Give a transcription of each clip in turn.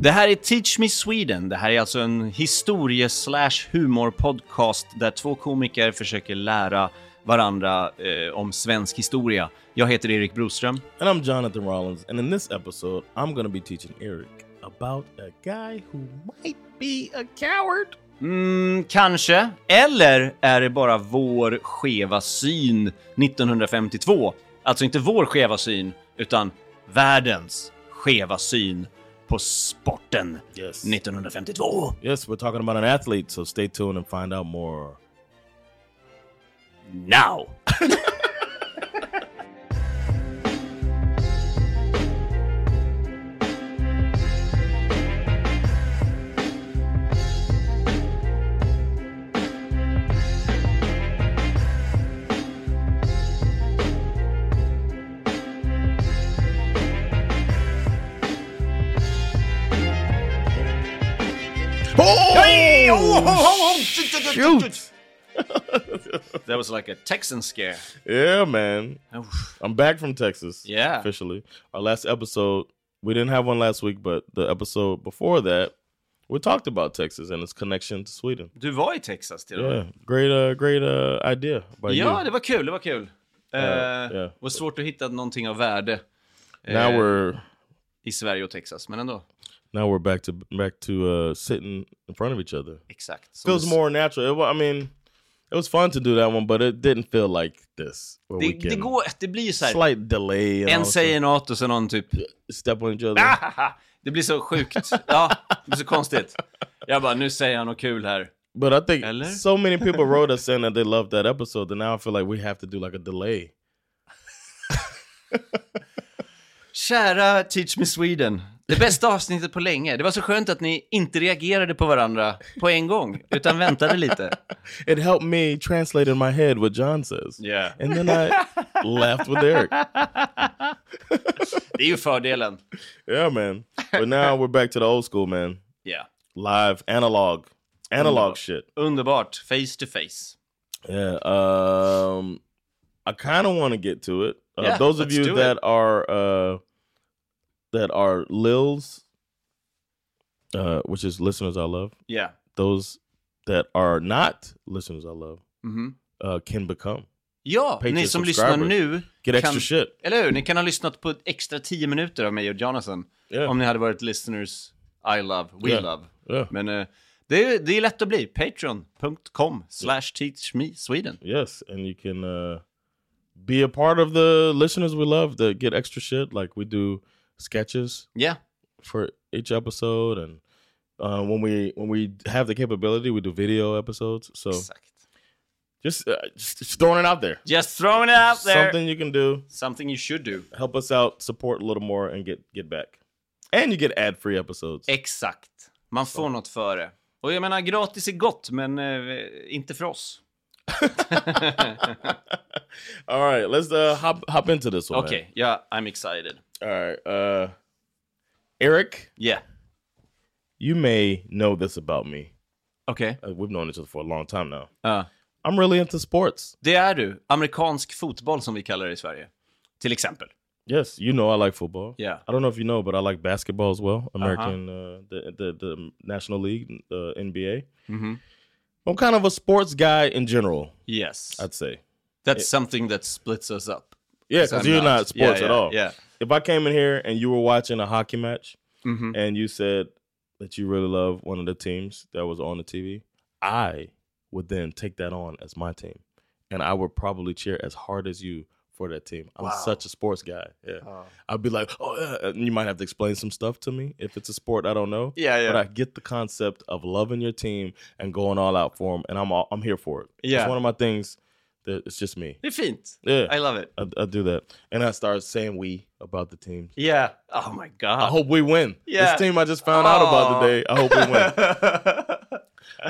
Det här är Teach Me Sweden. Det här är alltså en historie-slash-humor-podcast där två komiker försöker lära varandra eh, om svensk historia. Jag heter Erik Broström. And I'm Jonathan Rollins, and in this episode, I'm going to be teaching Eric about a guy who might be a coward. Mm, kanske. Eller är det bara vår skeva syn 1952? Alltså inte vår skeva syn, utan världens skeva syn på sporten Yes. 1952. Yes, we're talking about an athlete, so stay tuned and find out more. Now! oh, Shoot! That was like a Texan scare. Yeah, man. Oof. I'm back from Texas. Yeah. Officially. Our last episode, we didn't have one last week, but the episode before that, we talked about Texas and its connection to Sweden. Du var i Texas till och med. Yeah. Great uh great uh idea by Ja, you. det var kul, det var kul. Uh, ja. var svårt att hitta någonting av värde Now eh, we're i Sverige och Texas, men ändå. now we're back to back to uh sitting in front of each other. Exakt. Som feels du- more natural. It, wa- I mean, it was fun to do that one, but it didn't feel like this. Where det, we can det, går, det blir ju så här. slight delay. And En also säger något och sen någon typ... step on each other. "Ahaha." Det blir så sjukt. Ja, det blir så konstigt. Jag bara, nu säger han något kul här. But I think Eller? so many people wrote us saying that they loved that episode that now I feel like we have to do like a delay. Kära Teach Me Sweden. Det bästa avsnittet på länge. Det var så skönt att ni inte reagerade på varandra på en gång, utan väntade lite. It helped me translate in my head what John says. Yeah. And then I laughed with Eric. Det är ju fördelen. Yeah, man. But now we're back to the old school, man. Ja. Live analog. Analog shit. Underbart. Face to face. Yeah. Um I kind of want to get to it. Uh, Yeah, those of let's you do that are uh that are Lils uh which is listeners I love. Yeah. Those that are not listeners I love Mhm. uh can become. Ja, Patreon ni som lyssnar subscribers. nu, Get extra Kan- shit. eller hur? Ni kan ha lyssnat på ett extra 10 minuter av mig och Jonathan. Yeah. Om ni hade varit listeners I love, we Yeah. love. Yeah. Men eh, det, är, det är lätt att bli. Patreon.com slash teach me Sweden. Yes, and you can uh be a part of the listeners we love that get extra shit like we do sketches Yeah. for each episode and uh, when we when we have the capability we do video episodes so Exakt. just, uh, just just throwing it out there Just throwing it out there. Something, something you can do you should do. help us out support a little more and get get back and you get ad-free episodes Exakt. Man får något för det. Och jag menar, gratis är gott, men eh, inte för oss. all right let's uh hop hop into this one man. Okej, ja, I'm excited. all right uh eric Yeah. you may know this about me Okej. uh, we've known each other for a long time now Ja. i'm really into sports Det är du. Amerikansk fotboll som vi kallar det i Sverige. Till exempel. Yes, you know I like football. Yeah. I don't know if you know, but I like basketball as well. Uh-huh. American, uh the, the the National League, uh, the NBA. Mhm. I'm kind of a sports guy in general. Yes. I'd say. That's something that splits us up. Yeah, because you're not, sports Yeah, at yeah, all. Yeah. If I came in here and you were watching a hockey match Mhm. and you said that you really love one of the teams that was on the TV, I would then take that on as my team, and I would probably cheer as hard as you for that team. I'm Wow. Uh-huh. such a sports guy. Yeah. I'd be like, oh, yeah. and you might have to explain some stuff to me if it's a sport I don't know. Yeah, yeah. But I get the concept of loving your team and going all out for them, and I'm all, I'm here for it. Yeah. it's one of my things that it's just me. Det är fint. Yeah, I love it. I, I do that, and I start saying we about the team. Yeah. Oh my god. I hope we win. Yeah. This team I just found out about Aw. today. I hope we win.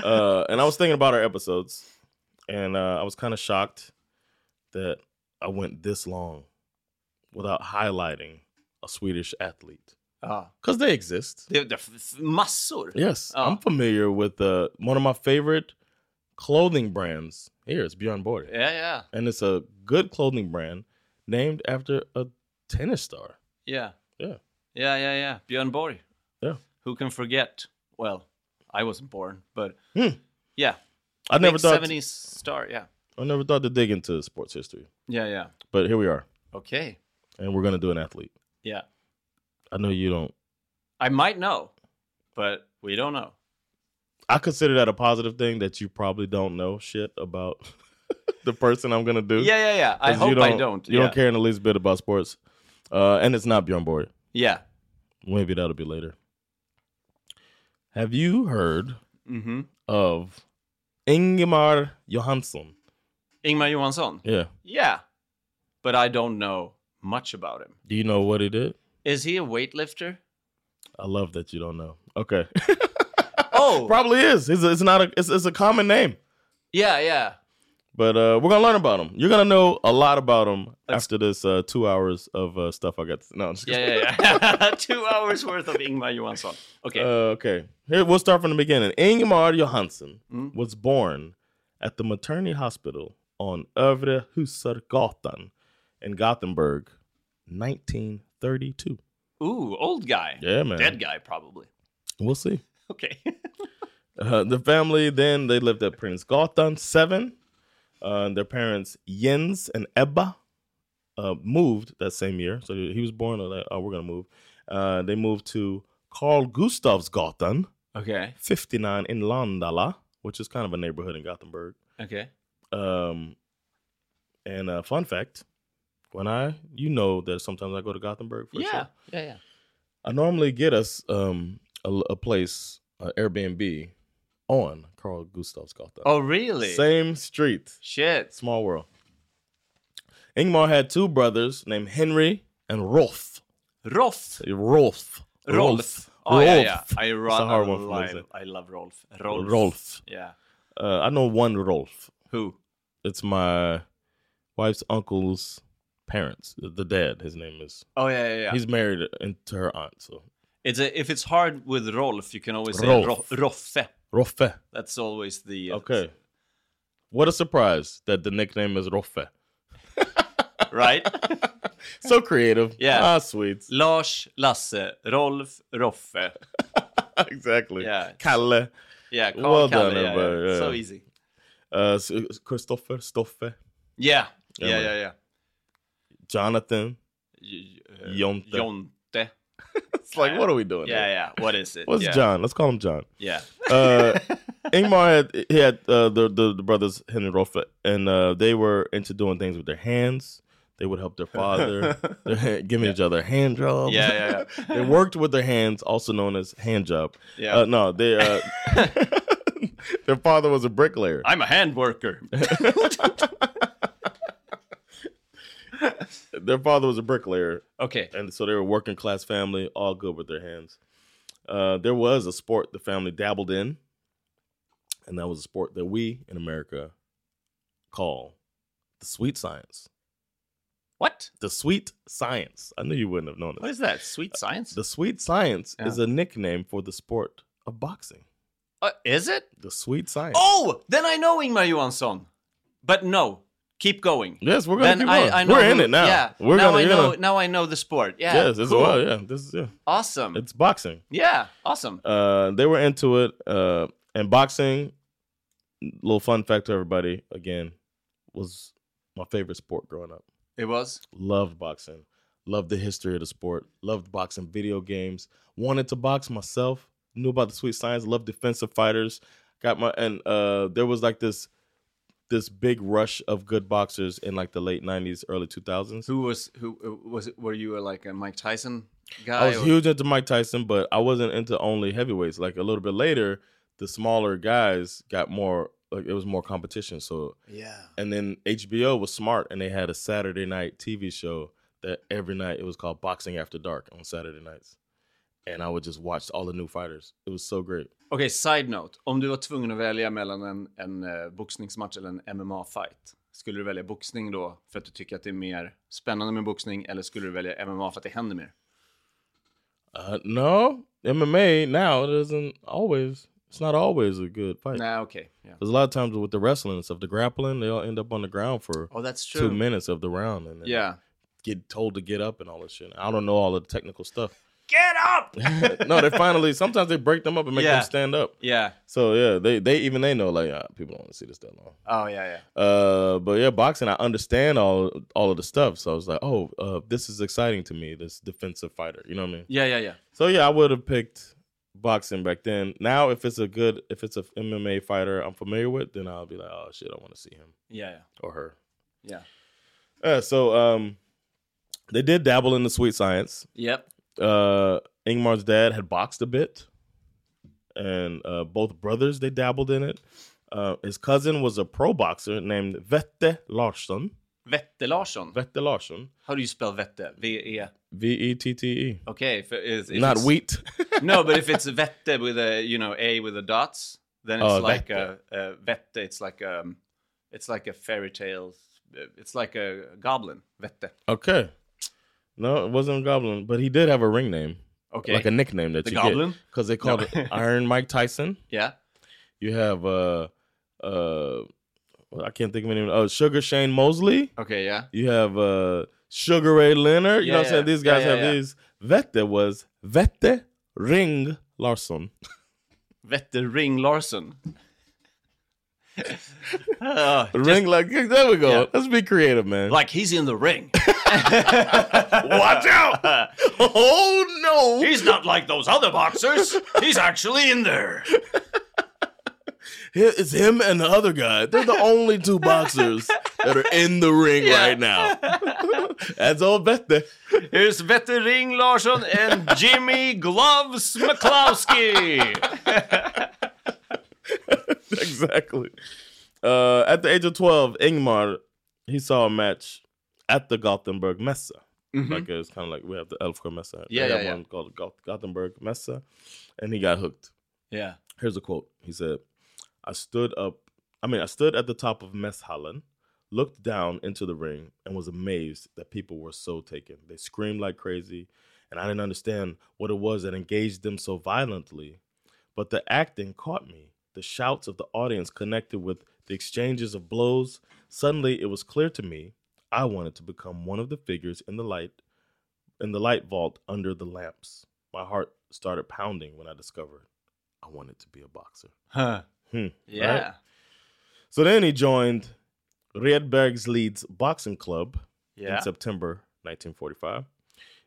Uh, was thinking about our episodes, and uh, I was kind of shocked that I went this long without highlighting a Swedish athlete Ja. because they exist. Det, det, f- f- massor. Yes, Oh. I'm familiar with uh, one of my favorite clothing brands. Here, it's Beyond Border, Ja, ja, and it's a good clothing brand named after a tennis star. ja. Yeah. Ja, ja, ja. Björn Borg. Yeah. Who can forget? Well, I wasn't born, but Hmm. yeah. I never Big thought 70s star, yeah. I never thought to dig into sports history, Yeah, yeah. but here we are, Okay. and we're gonna do an athlete. Yeah. I know you don't. I might know, but we don't know. I consider that a positive thing that you probably don't know shit about the person I'm gonna do. Yeah, yeah, yeah. I 'Cause you hope I don't. You yeah. don't care in the least bit about sports, uh, and it's not Bjorn Borg. Yeah. Maybe that'll be later. Have you heard Mm-hmm. of Ingemar Johansson? Ingmar Johansson. Yeah. Yeah. But I don't know much about him. Do you know what he did? Is he a weightlifter? I love that you don't know. Okay. Oh, probably is. It's, it's not a. It's, it's a common name. yeah, yeah. But uh, we're gonna learn about them. You're gonna know a lot about them That's- after this uh, two hours of uh, stuff I got. To, no, I'm just Yeah, kidding. yeah, yeah. Two hours worth of Ingmar Johansson. Okay. Uh, okay. Here we'll start from the beginning. Ingemar Johansson Mm. was born at the maternity hospital on Övre Husargatan in Gothenburg, 1932. Ooh, old guy. Uh, Yeah, man. Dead guy, probably. We'll see. Okay. Uh, the family then they lived at Prince Gotham Seven. Uh, their parents Jens and Ebba uh, moved that same year, so he was born. Like, oh, we're gonna move. Uh, they moved to Carl Gustavs Gotham okay. 59 in Landala, which is kind of a neighborhood in Gothenburg. Okay. Um, and uh, fun fact, when I you know that sometimes I go to Gothenburg for a Yeah. show. Yeah, yeah. I normally get us um a, a place, uh, Airbnb, on Carl Gustav's Gotha. Oh, really? Same street, Shit. small world. Ingmar had two brothers named Henry and Rolf. Rolf. Rolf. Rolf. Oh, yeah, yeah. I, It's a run, I, hard one for me love, to say. I love Rolf. Rolf. Rolf. Yeah. Uh, I know one Rolf. Who? It's my wife's uncle's parents. The, the dad, his name is. Oh, yeah, yeah, yeah. He's married into her aunt, so It's a, if it's hard with Rolf, you can always say Rolf. Rolf. Roffe. Rolfe. That's always the. uh, Okay. What a surprise that the nickname is Rolfe. Right? So creative. Yeah. Ah, sweet. Lars, Lasse, Rolf, Roffe. exactly. Yeah. Kalle. Yeah, Carl Well Kalle, done, yeah, yeah. everybody, yeah. So easy. Uh, S- Christopher, Stoffe, Yeah. Yeah, Yeah, man. yeah, yeah. Jonathan. J- uh, Jonte. Jonte. It's like, what are we doing? Yeah, here? yeah. What is it? What's yeah. John? Let's call him John. Yeah. Uh, Ingmar had he had uh, the, the the brothers Henry and Rolf, and uh, they were into doing things with their hands. They would help their father, their, giving each other hand jobs. Yeah, yeah, yeah. they worked with their hands, also known as hand job. Yeah. Uh, no, they uh, their father was a bricklayer. I'm a hand worker. Their father was a bricklayer, okay. and so they were a working class family, all good with their hands. Uh, there was a sport the family dabbled in, and that was a sport that we in America call the sweet science. What? The sweet science. I knew you wouldn't have known What it. is that? Sweet science? The sweet science Yeah. is a nickname for the sport of boxing. Uh, is it? The sweet science. Oh, then I know Ingmar Johansson. But no, keep going. yes, we're gonna Then keep I, going. I know we're in who- it now. Yeah. We're now gonna, I you're know. gonna- Now I know the sport. Yeah. yes, it's cool. well, yeah, this is yeah, Awesome. it's boxing. yeah. Awesome. Uh, they were into it. Uh, and boxing, little fun fact to everybody again, was my favorite sport growing up. It was. Loved boxing. Loved the history of the sport. Loved boxing video games. Wanted to box myself. Knew about the sweet science. Loved defensive fighters. Got my and uh there was like this this big rush of good boxers in like the late 90s, early 2000s. Who was? Who uh, was? It, were you uh, like a Mike Tyson guy? I was or- huge into Mike Tyson, but I wasn't into only heavyweights. Like a little bit later, the smaller guys got more. Like it was more competition. So Yeah. and then HBO was smart, and they had a Saturday night TV show that every night it was called Boxing After Dark on Saturday nights, and I would just watch all the new fighters. It was so great. Okej, side note. Om du var tvungen att välja mellan en, en eh, boxningsmatch eller en MMA-fight, skulle du välja boxning då för att du tycker att det är mer spännande med boxning eller skulle du välja MMA för att det händer mer? Uh, no, MMA now it isn't always. It's not always a good fight. Nej, okej. Yeah. There's a lot of times with the wrestling and stuff, the grappling, they all end up on the ground for Oh, that's two true. minutes of the round and then Yeah. get told to get up and all this shit. I don't know all of the technical stuff. Get up! no, they finally sometimes they break them up and make Yeah. them stand up. yeah. So yeah, they they even they know like uh, people don't want to see this that long. Oh, yeah, yeah. Uh, but yeah, boxing I understand all all of the stuff. So I was like, oh, uh, this is exciting to me. This defensive fighter, you know what I mean? Yeah, yeah, yeah. So yeah, I would have picked boxing back then. Now, if it's a good, if it's a MMA fighter I'm familiar with, then I'll be like, oh shit, I want to see him Yeah, yeah. or her. Yeah. Yeah. So um, they did dabble in the sweet science. Yep. Uh, Ingmar's dad had boxed a bit, and uh, both brothers they dabbled in it. Uh, his cousin was a pro boxer named Vette Larsson. Vette Larsson. Vette Larsson. How do you spell Vette? V-E. V E T T E. Okay. If, if, if Not it's- wheat. no, but if it's Vette with a you know A with the dots, then it's Oh, like Vette. a, a Vette. It's like um, it's like a fairy tale. It's like a goblin Vette. Okay. No, it wasn't Goblin, but he did have a ring name. Okay. Like a nickname that The you Goblin? Because they called No. it Iron Mike Tyson. yeah. You have uh uh well, I can't think of any oh Sugar Shane Mosley. Okay. Yeah. You have uh Sugar Ray Leonard. Yeah, You know what I'm yeah. saying? These guys Yeah, yeah, have yeah. these. Vette was Vette Ring Larson. Vette Ring Larson. Ah, Ring like there we go. yeah. Let's be creative, man. like he's in the ring. watch out! oh no! He's not like those other boxers. He's actually in there. Hi- It's him and the other guy. They're the only two boxers that are in the ring Yeah. right now. That's all Vette. Here's Vette Ring Larsson and Jimmy Gloves McCloskey. exactly. Uh, at the age of 12, Ingmar, he saw a match at the Gothenburg Messe. Mhm. Like it's kind of like we have the Elfsjö Messe. They Mm-hmm. Yeah, yeah, have yeah. one called Goth- Gothenburg Messe. And he got hooked. Yeah. Here's a quote. He said, I stood up, I mean, I stood at the top of Messhallen, looked down into the ring, and was amazed that people were so taken. They screamed like crazy, and I didn't understand what it was that engaged them so violently. But the acting caught me. The shouts of the audience connected with the exchanges of blows. Suddenly, it was clear to me I wanted to become one of the figures in the light in the light vault under the lamps. My heart started pounding when I discovered I wanted to be a boxer. Huh. Hmm, Yeah. right? So then he joined Redberg's Leeds Boxing Club Yeah. in September 1945.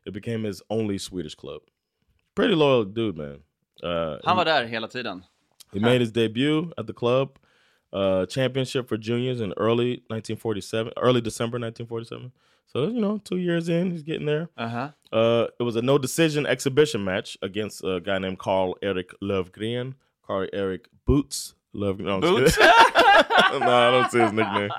It became his only Swedish club. Pretty loyal dude, man. Uh, Han var där hela tiden. he made his debut at the club uh, championship for juniors in early 1947, early December 1947. So you know, two years in, he's getting there. Uh-huh. Uh, it was a no decision exhibition match against a guy named Carl Eric Lovgren. Carl Eric Boots Lovgren. No, I'm Boots? just kidding. no, I don't see his nickname.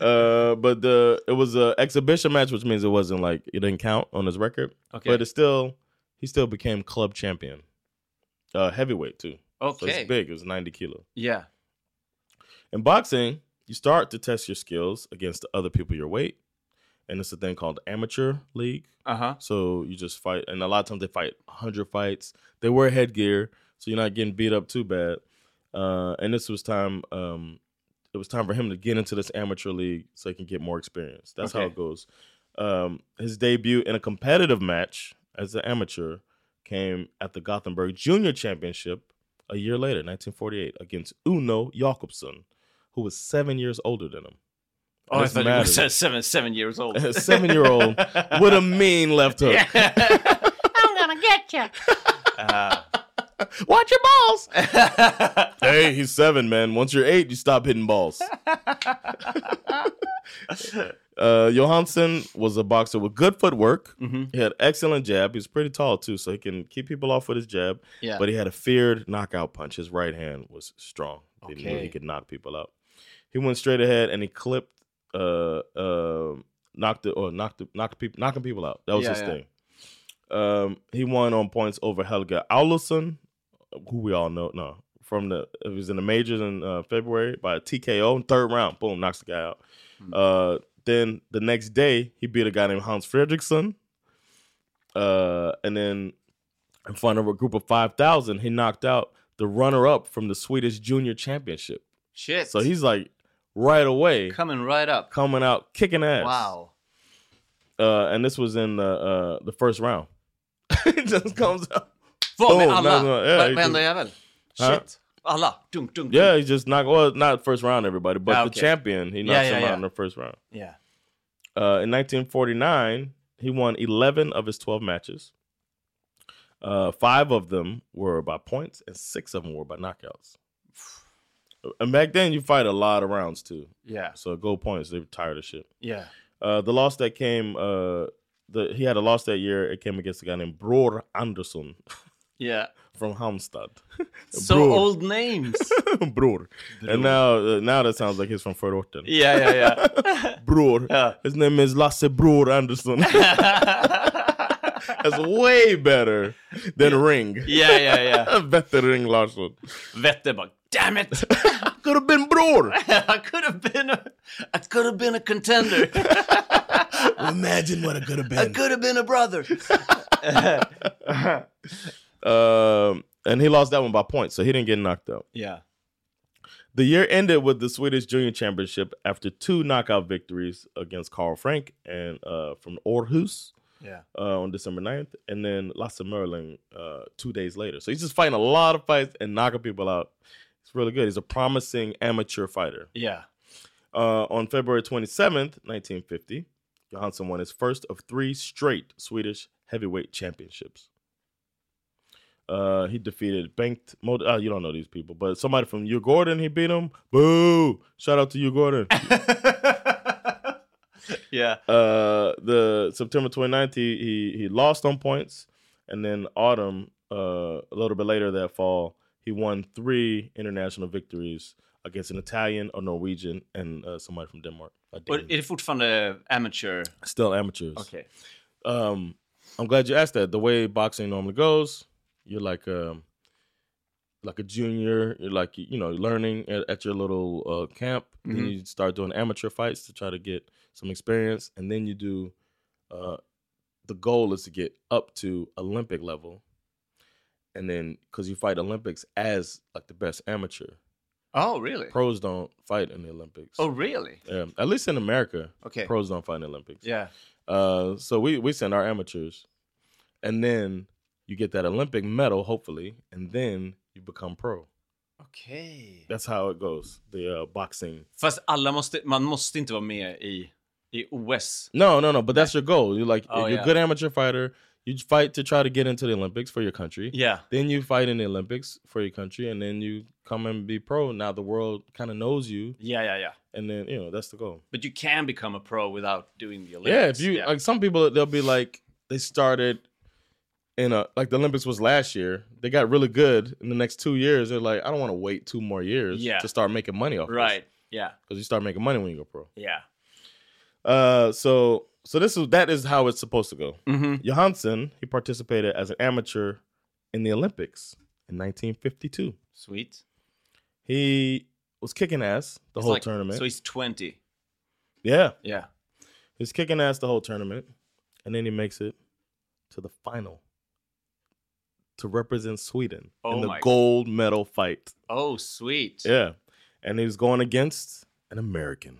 uh, but the it was a exhibition match, which means it wasn't like it didn't count on his record. Okej. But it still, he still became club champion, uh, heavyweight too. So Okej. it's big. It was 90 kilo. Yeah. In boxing, you start to test your skills against the other people your weight, and it's a thing called amateur league. Uh-huh. So you just fight, and a lot of times they fight 100 fights. They wear headgear, so you're not getting beat up too bad. Uh, and this was time. Um, it was time for him to get into this amateur league so he can get more experience. That's how Okay. it goes. Um, his debut in a competitive match as an amateur came at the Gothenburg Junior Championship a year later, 1948, against Uno Jakobsson, who was seven years older than him. Oh, I This thought you matters. were seven, seven years old. A seven-year-old with a mean left hook. I'm gonna get you. Uh, Watch your balls. hey, he's seven, man. Once you're eight, you stop hitting balls. uh, Johansson was a boxer with good footwork. Mhm. He had excellent jab. He was pretty tall too, so he can keep people off with his jab. Yeah. But he had a feared knockout punch. His right hand was strong. He knew Okay. he could knock people out. He went straight ahead and he clipped, um, uh, uh, knocked it or knocked knocked people knocking people out. That was Yeah, his yeah. thing. Um, he won on points over Helga Aulson, who we all know. No, from the it was in the majors in uh, February by a TKO in third round. Boom, knocks the guy out. Hmm. Uh, then the next day he beat a guy named Hans Fredriksson. Uh, and then in front of a group of five thousand, he knocked out the runner up from the Swedish Junior Championship. Shit. So he's like right away coming right up. coming out kicking ass. Wow. Uh, and this was in the uh, the first round. it Mm-hmm. just comes out. Vad med Oh, alla? nej, nej, ja, Vad- Varenda jävel? Ja. Shit. Alla? Dunk, dunk, dunk. Yeah, he just knocked. Well, not first round, everybody, but Yeah, the Ah, okay. champion. He knocks yeah, him yeah. out in the first round. Yeah. Uh, in 1949, he won 11 of his 12 matches. Uh, five of them were by points, and six of them were by knockouts. And back then, you fight a lot of rounds too. Yeah. So go points. They were tired of shit. Yeah. Uh, the loss that came, uh, the he had a loss that year. It came against a guy named Bror Andersson Yeah. from Halmstad. So Bror. old names. Bror. And now, uh, now that sounds like he's from Förorten. yeah, yeah, yeah. Bror. Yeah. His name is Lasse Bror Andersson. That's way better than Ring. yeah, yeah, yeah. Better Ring Larsson. Vette bara, damn it! Could have been Bror. I could have been a, I could have been a contender. Imagine what it could have I could have been a brother. Um, and he lost that one by points, so he didn't get knocked out. yeah. The year ended with the Swedish Junior Championship after two knockout victories against Carl Frank and uh, from Orhus. Yeah. uh, on December 9th, and then Lasse Merlin uh, two days later. So he's just fighting a lot of fights and knocking people out. It's really good. He's a promising amateur fighter. Yeah. Uh, on February 27th, 1950, Johansson won his first of three straight Swedish heavyweight championships. Uh, he defeated Bengt. Mod- uh, you don't know these people, but somebody from U Gordon, he beat him. Boo! Shout out to U Gordon. yeah. Uh, the September 29th, he, he he lost on points, and then autumn, uh, a little bit later that fall, he won three international victories against an Italian, a Norwegian, and uh, somebody from Denmark. A Och Dane. är det fortfarande amateur? Still amateurs. Okej. Um, I'm glad you asked that. The way boxing normally goes, you're like um, like a junior. You're like you know, you're learning at, at your little uh, camp. Then Mhm. you start doing amateur fights to try to get some experience, and then you do. Uh, the goal is to get up to Olympic level, and then because you fight Olympics as like the best amateur. Oh, really? Pros don't fight in the Olympics. Oh, really? yeah, at least in America, Okay. pros don't fight in the Olympics. Yeah. Uh, so we we send our amateurs, and then you get that Olympic medal, hopefully, and then you become pro. Okej. That's how it goes. The uh, boxing. Fast alla måste, man måste inte vara med i, i OS. No, no, no. But that's your goal. You're like Oh, you're a yeah. good amateur fighter. You fight to try to get into the Olympics for your country. Yeah. Then you fight in the Olympics for your country, and then you come and be pro. Now the world kind of knows you, Yeah, yeah, yeah. and then you know that's the goal. But you can become a pro without doing the Olympics. Yeah, if you like some people they'll be like they started in a like the Olympics was last year. They got really good in the next two years. They're like, I don't want to wait two more years Yeah. to start making money off. right. Yeah. Because you start making money when you go pro. Yeah. Uh so so this is that is how it's supposed to go. Mm-hmm. Johansson, he participated as an amateur in the Olympics in nineteen fifty two. Sweet. He was kicking ass the It's whole like- tournament. So he's 20. yeah. Yeah. He's kicking ass the whole tournament, and then he makes it to the final to represent Sweden Oh in the my- gold medal fight. Oh, sweet. Yeah, and he's going against an American,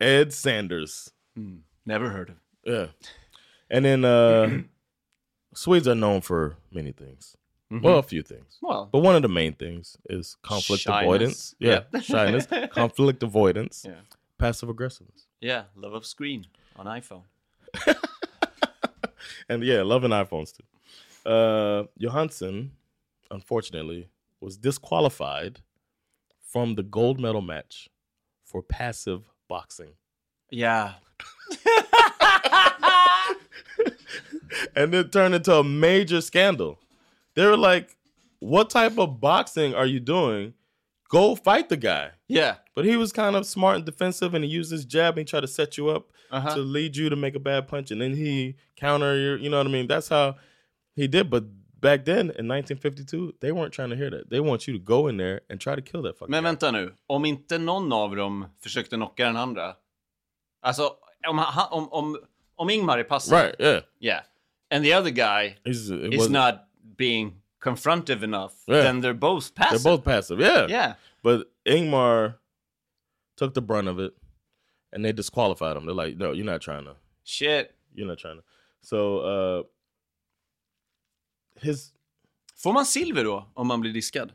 Ed Sanders. Mm, Never heard of. Yeah, and then uh, Swedes are known for many things. Mm-hmm. Well, a few things. Well, But one of the main things is conflict Shyness. avoidance. Yeah, Yeah. shyness, conflict avoidance, Yeah. passive aggressiveness. yeah, love of screen on iPhone. And yeah, loving iPhones too. Uh, Johansson, unfortunately, was disqualified from the gold medal match for passive boxing. Yeah. And it turned into a major scandal. They were like, What type of boxing are you doing? Go fight the guy. Yeah. But he was kind of smart and defensive and he used his jab and he tried to set you up. Uh-huh. to lead you to make a bad punch, and then he counter your. You know what I mean? That's how he did. But back then in 1952, they weren't trying to hear that. They want you to go in there and try to kill that fucking. Men guy. vänta nu, om inte någon av dem försökte knocka den andra. Alltså, om, han, om, om, om Ingmar är passiv. Right? Yeah. Yeah. And the other guy It's, it is wasn't- not being confrontive enough. Yeah. Then they're both passive. They're both passive. Yeah. Yeah. But Ingmar took the brunt of it, and they disqualified him. They're like, no, you're not trying to. Shit. You're not trying to. So uh, his Får man silver då om man blir diskad?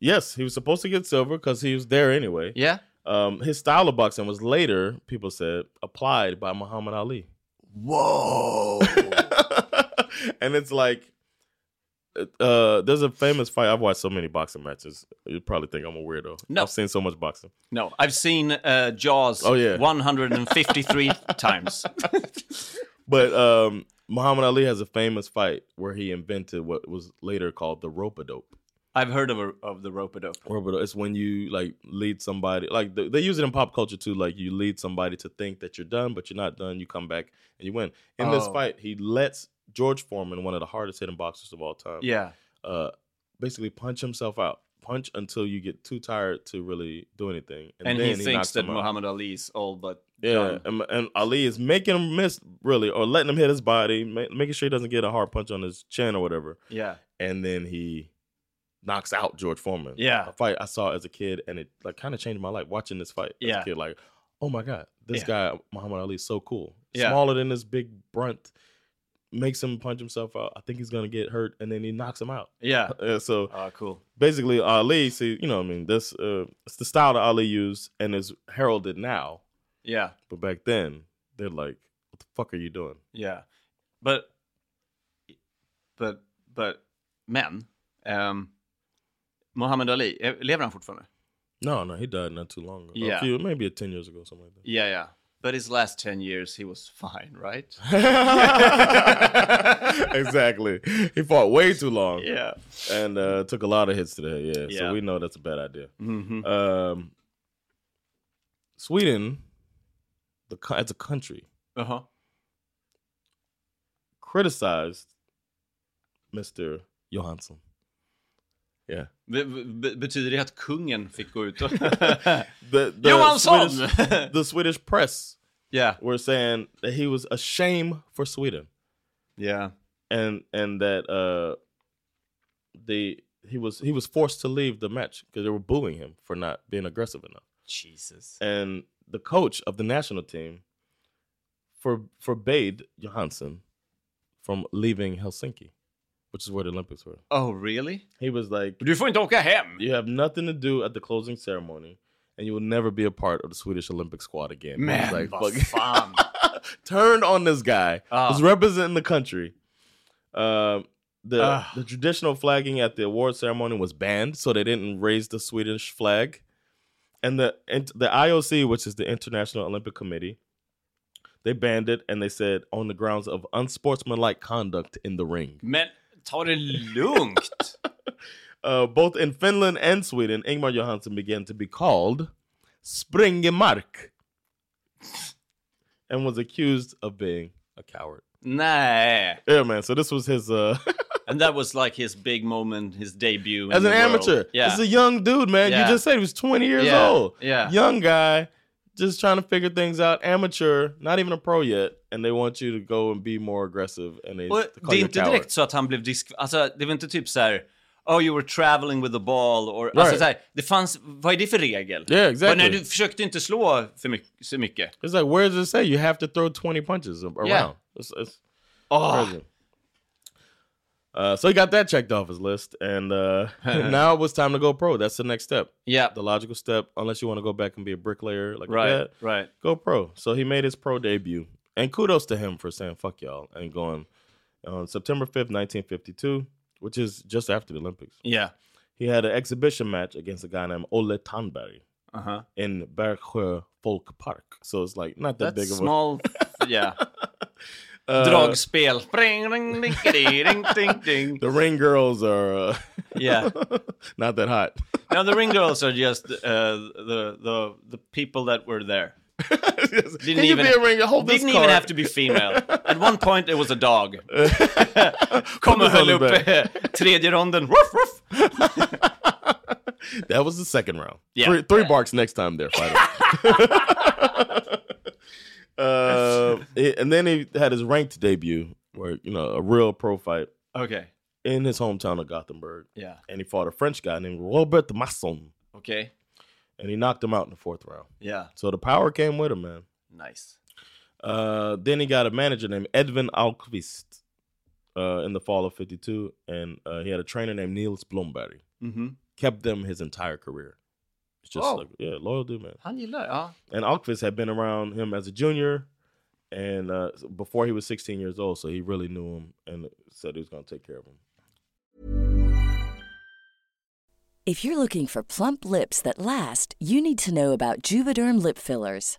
yes, he was supposed to get silver because he was there anyway. Yeah. Um, his style of boxing was later, people said, applied by Muhammad Ali. Whoa. and it's like uh there's a famous fight i've watched so many boxing matches you probably think i'm a weirdo No. i've seen so much boxing no, I've seen uh, Jaws Oh, yeah. 153 times. but um muhammad ali has a famous fight where he invented what was later called the rope-a-dope I've heard of, a, of the rope-a-dope. rope-a-dope it's when you like lead somebody like they, they use it in pop culture too like you lead somebody to think that you're done but you're not done you come back and you win in this Oh. fight he lets george foreman one of the hardest hitting boxers of all time Yeah. uh, basically punch himself out. Punch until you get too tired to really do anything, And, then he thinks knocks that him out. Muhammad Ali's all but Yeah, done. and, and Ali is making him miss really, or letting him hit his body, ma- making sure he doesn't get a hard punch on his chin or whatever. Yeah. And then he knocks out George Foreman. Yeah. a fight I saw as a kid, and it like kind of changed my life watching this fight. as a Yeah. kid, like, oh my god, this guy Muhammad Ali is so cool. Yeah. Smaller than this big brunt, makes him punch himself out. I think he's gonna get hurt, and then he knocks him out. Yeah. Yeah, so Ah, cool. basically Ali, see, you know, what I mean, this uh, it's the style that Ali used and is heralded now, Yeah. but back then they're like, "What the fuck are you doing?" Yeah, but but but men. ehm, Muhammad Ali, eh, lever han fortfarande? No, no, he died not too long ago. Yeah. a few, maybe ten years ago, something like that. Yeah, yeah. But his last 10 years he was fine, right? exactly, he fought way too long yeah. and uh, took a lot of hits to the head. Yeah, Yeah. so we know that's a bad idea. Mhm. Um, Sweden, the co- as a country, Uh-huh. criticized Mister Johansson. Yeah. Be- be- betyder det att kungen fick gå ut och... the, the Johansson! Swedish, the Swedish press yeah. were saying that he was a shame for Sweden Yeah. and and that uh they he was he was forced to leave the match because they were booing him for not being aggressive enough Jesus. and the coach of the national team for forbade Johansson from leaving Helsinki which is where the Olympics were Oh, really? he was like Du får inte åka hem! you have nothing to do at the closing ceremony and you will never be a part of the Swedish Olympic squad again He was Men, like, vad fuck- fan! turned on this guy Ah. who's representing the country. Um, the Ah. the traditional flagging at the award ceremony was banned, so they didn't raise the Swedish flag. And the and the IOC, which is the International Olympic Committee, they banned it and they said on the grounds of unsportsmanlike conduct in the ring. Men, ta det lugnt! Uh, both in Finland and Sweden, Ingmar Johansson began to be called Springemark and was accused of being a coward. Nej! Yeah, man. So this was his uh And that was like his big moment, his debut. as in an the world. amateur. Yeah. This is a young dude, man. Yeah. You just said he was 20 years yeah. old. Yeah. Young guy, just trying to figure things out. Amateur, not even a pro yet, and they want you to go and be more aggressive. And they Och they call det är you a inte coward. direkt så att han blev disk... Alltså, det var inte typ så här... Oh, you were traveling with the ball. Or, alltså, Right. så här, det fanns... Vad är det för regel? Yeah, Vad- exactly. Nej, du försökte inte slå för mycket. Så mycket. It's like where does it say you have to throw 20 punches a- around? Yeah. It's, it's Åh, crazy. Uh, so he got that checked off his list, and uh, now it was time to go pro. That's the next step, yeah. the logical step. Unless you want to go back and be a bricklayer like Right, that, right. go pro. So he made his pro debut. And kudos to him for saying fuck y'all and going on September 5th, 1952, which is just after the Olympics. Yeah. He had an exhibition match against a guy named Ole Tanberg Uh-huh. in Bergsjö Folk Park. So it's like not that That's big of a small... yeah. Uh, Dragspel. Ring, ring, ding, ding, ding, ding, ding. The ring girls are uh, Yeah. not that hot. Now, the ring girls are just uh, the, the, the people that were there. Yes. Can you even- be a ringer? Hold this Didn't even card. have to be female. At one point it was a dog. Kommer Kommer höll Hollenberg. upp eh, tredje ronden. Ruff, ruff. That was the second round. Yeah. Three, three barks next time there, fighter. uh, it- and then he had his ranked debut, where you know a real pro fight Okej. in his hometown of Gothenburg, Ja. and he fought a French guy named Robert Masson, Okej. and he knocked him out in the fourth round. Ja. So the power came with him, man. Nice. Uh, then he got a manager named Edvin Alquist uh, in the fall of '52, and uh, he had a trainer named Niels Blomberg. Mhm. Kept them his entire career. It's just Oh. like, yeah, loyal dude, man. Han gillar, ja. and Alkvist had been around him as a junior and uh, before he was 16 years old, so he really knew him and said he was going to take care of him. If you're looking for plump lips that last, you need to know about Juvederm lip fillers.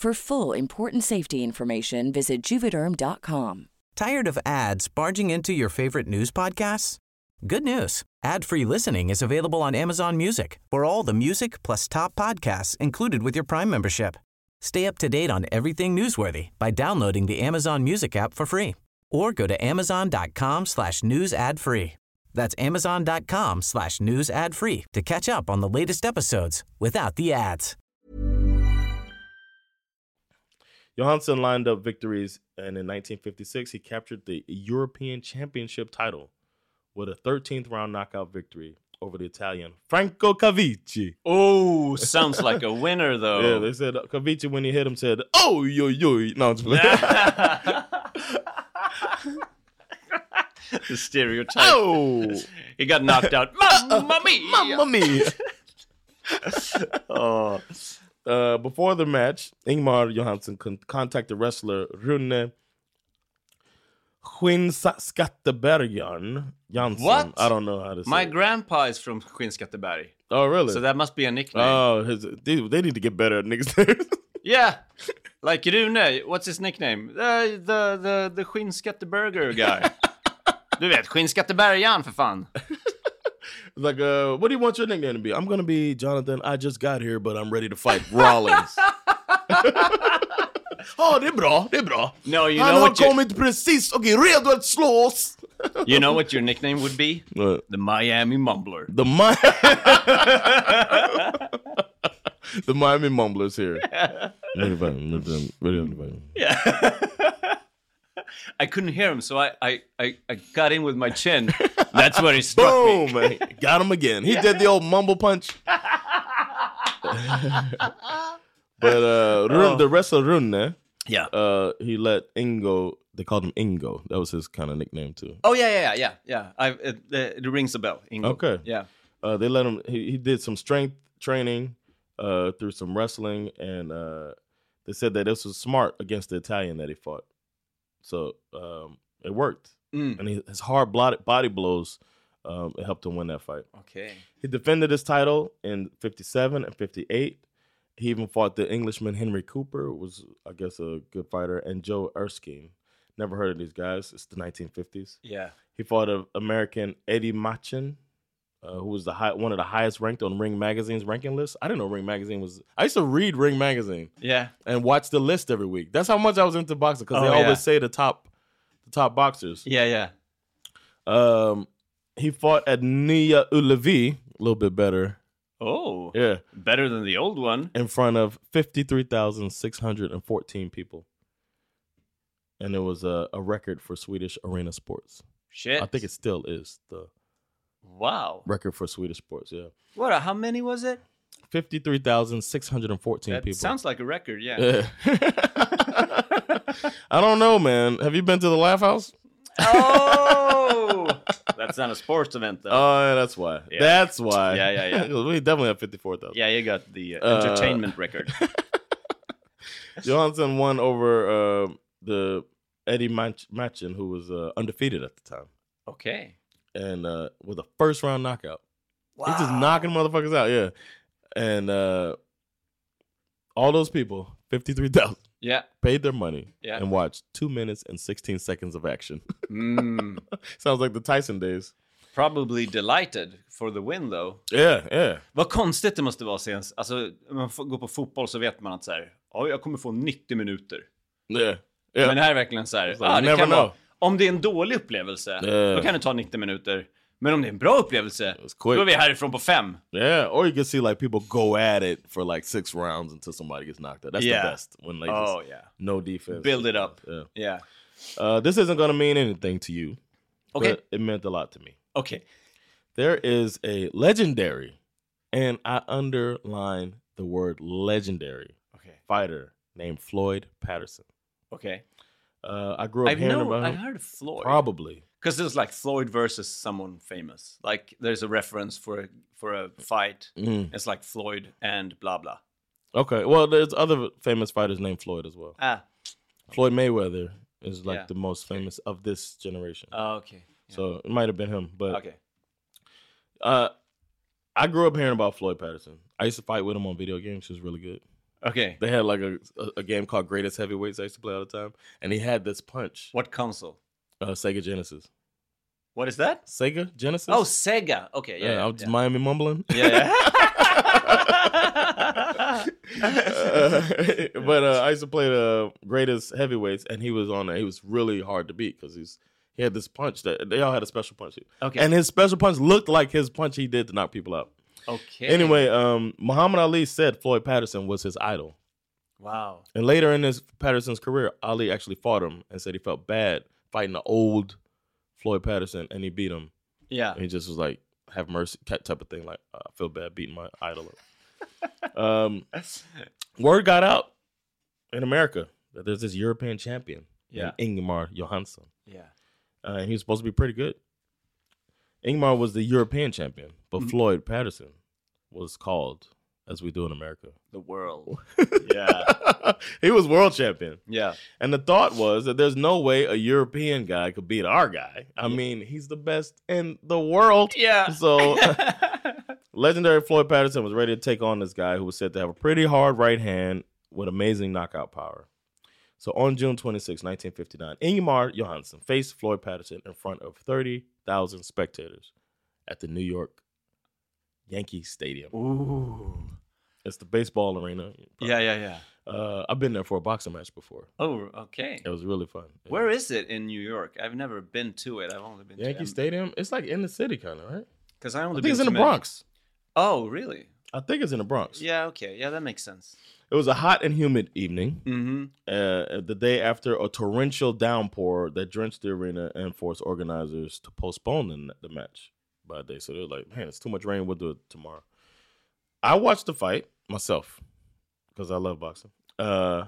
For full important safety information, visit juvederm.com. Tired of ads barging into your favorite news podcasts? Good news. Ad-free listening is available on Amazon Music for all the music plus top podcasts included with your Prime membership. Stay up to date on everything newsworthy by downloading the Amazon Music app for free or go to amazon.com slash news ad free. That's amazon.com slash news ad free to catch up on the latest episodes without the ads. Johansson lined up victories, and in 1956, he captured the European Championship title with a 13th round knockout victory over the Italian Franco Cavici. Oh, sounds like a winner though. Yeah, they said uh, Cavici, when he hit him, said, Oh, yo, yo. No, I'm just playing. the stereotype. oh, He got knocked out. Mamma mia! mamma mia. Oh. uh, before the match, Ingmar Johansson con- contacted wrestler Rune Skinnskattebergian Jansson. What? I don't know how to say. My it. grandpa is from Skinnskatteberg, oh, really? so that must be a nickname. oh, his, they, they need to get better at niggas' names. yeah, like Rune. What's his nickname? The the the, the Skinnskatteberger guy. Du vet, Skinnskattebergan för fan. like, uh, what do you want your nickname to be? I'm gonna be Jonathan. I just got here, but I'm ready to fight Rollins. oh, det är bra, det är bra. No, you Han know har what your, kommit precis och är redo att slå oss. you know what your nickname would be? What? The Miami Mumbler. The Mi- The Miami Mumblers here. Really funny, really funny, really funny. I couldn't hear him, so I I I, I got in with my chin. That's where he struck me. Boom! man. Got him again. He did the old mumble punch. but uh, Run, the wrestler Rune, Yeah. uh, he let Ingo. They called him Ingo. That was his kind of nickname too. Oh yeah, yeah, yeah, yeah, yeah. I, it, it rings a bell. Ingo. Okay. Yeah. Uh, they let him. He, he did some strength training uh, through some wrestling, and uh, they said that this was smart against the Italian that he fought. So um, it worked, Mm. and he, his hard blotted body blows um, it helped him win that fight. Okay. He defended his title in 57 and 58. He even fought the Englishman Henry Cooper, who was I guess a good fighter, and Joe Erskine. Never heard of these guys. It's the 1950s. Yeah. He fought an American Eddie Machin, uh, who was the high, one of the highest ranked on Ring Magazine's ranking list. I didn't know Ring Magazine was. I used to read Ring Magazine Yeah. and watch the list every week. That's how much I was into boxing because they Oh, always yeah. say the top, the top boxers. Yeah. Yeah. Um, he fought at Nia Ulevi, a little bit better Oh, Yeah, better than the old one. in front of fifty three thousand six hundred and fourteen people, and it was a, a record for Swedish arena sports. Shit. I think it still is the Wow. record for Swedish sports. Yeah, What? How many was it? fifty three thousand six hundred and fourteen That people. sounds like a record. Yeah. Yeah. I don't know, man. Have you been to the Laugh House? Oh, that's not a sports event though. Oh, yeah, that's why. Yeah. That's why. Yeah, yeah, we definitely have 54,000. yeah, you got the uh, Uh, entertainment record. Johansson won over uh, the Eddie Mach- Machin, who was uh, undefeated at the time, Okay. and uh, with a first round knockout. Wow. He's just knocking motherfuckers out, yeah. And uh, all those people, 53,000, Yeah. paid their money Yeah. and watched two minutes and 16 seconds of action. Mm, Sounds like the Tyson days. probably delighted for the win though. Yeah, yeah. Vad konstigt det måste vara sens. Alltså, när man får- går på fotboll så vet man att så här, ja, jag kommer få 90 minuter. Yeah. Yeah. Men det här är verkligen så här, It's like, ja, Alltså, you det never kan vara, know. om det är en dålig upplevelse, Yeah. då kan det ta 90 minuter. Men om det är en bra upplevelse, was quick. då är vi härifrån på fem. Yeah, or you can see like people go at it for like six rounds until somebody gets knocked out. That's Yeah. the best when like just Oh yeah. no defense. Build it up. Yeah. Yeah. Uh, this isn't gonna mean anything to you. Okay. but it meant a lot to me. Okay. There is a legendary, and I underline the word legendary Okay. fighter named Floyd Patterson. Okay. Uh, I grew up I've hearing know, about I've him. heard of Floyd. Probably. Because there's like Floyd versus someone famous. Like there's a reference for a, for a fight. Mm. It's like Floyd and blah blah. Okay. Well, there's other famous fighters named Floyd as well. Ah. Floyd Mayweather is like Yeah. the most famous of this generation. Oh, okay. Yeah. So it might have been him, but okay. Uh, I grew up hearing about Floyd Patterson. I used to fight with him on video games. He was really good. Okay. They had like a, a, a game called Greatest Heavyweights I used to play all the time. And he had this punch, What console? uh, Sega Genesis. What is that? Sega Genesis? Oh, Sega. Okay. Yeah. yeah. yeah, I'm just yeah. Miami mumbling. Yeah, Uh, but uh, I used to play the Greatest Heavyweights, and he was on there. He was really hard to beat because he's he had this punch that they all had a special punch. okay. And his special punch looked like his punch he did to knock people out. okay. Anyway, um, Muhammad Ali said Floyd Patterson was his idol. Wow. And later in his Patterson's career, Ali actually fought him and said he felt bad fighting the old Floyd Patterson, and he beat him. Yeah. And he just was like, "Have mercy," type of thing. Like, I feel bad beating my idol. up." um, word got out in America that there's this European champion, Yeah. named Ingmar Johansson, Yeah. uh, and he was supposed to be pretty good. Ingmar was the European champion, but Floyd Patterson was called, as we do in America, The world. yeah. he was world champion. Yeah. And the thought was that there's no way a European guy could beat our guy. I mean, he's the best in the world. Yeah. So, legendary Floyd Patterson was ready to take on this guy who was said to have a pretty hard right hand with amazing knockout power. So, on June 26, 1959, Ingmar Johansson faced Floyd Patterson in front of 30,000 spectators at the New York Yankee Stadium. Ooh. It's the baseball arena. Yeah. Yeah. Yeah. Uh, I've been there for a boxing match before. Oh. Okay. It was really fun. Where is it in New York? I've never been to it. I've only been Yankee to Stadium. It's like in the city, kind of, right? Because I I only think been it's to in the many- Bronx. Oh, really? I think it's in the Bronx. Yeah. Okay. Yeah, that makes sense. It was a hot and humid evening, Mm-hmm. uh, the day after a torrential downpour that drenched the arena and forced organizers to postpone the, the match by a day. So they were like, "Man, it's too much rain. We'll do it tomorrow." I watched the fight myself because I love boxing. Uh,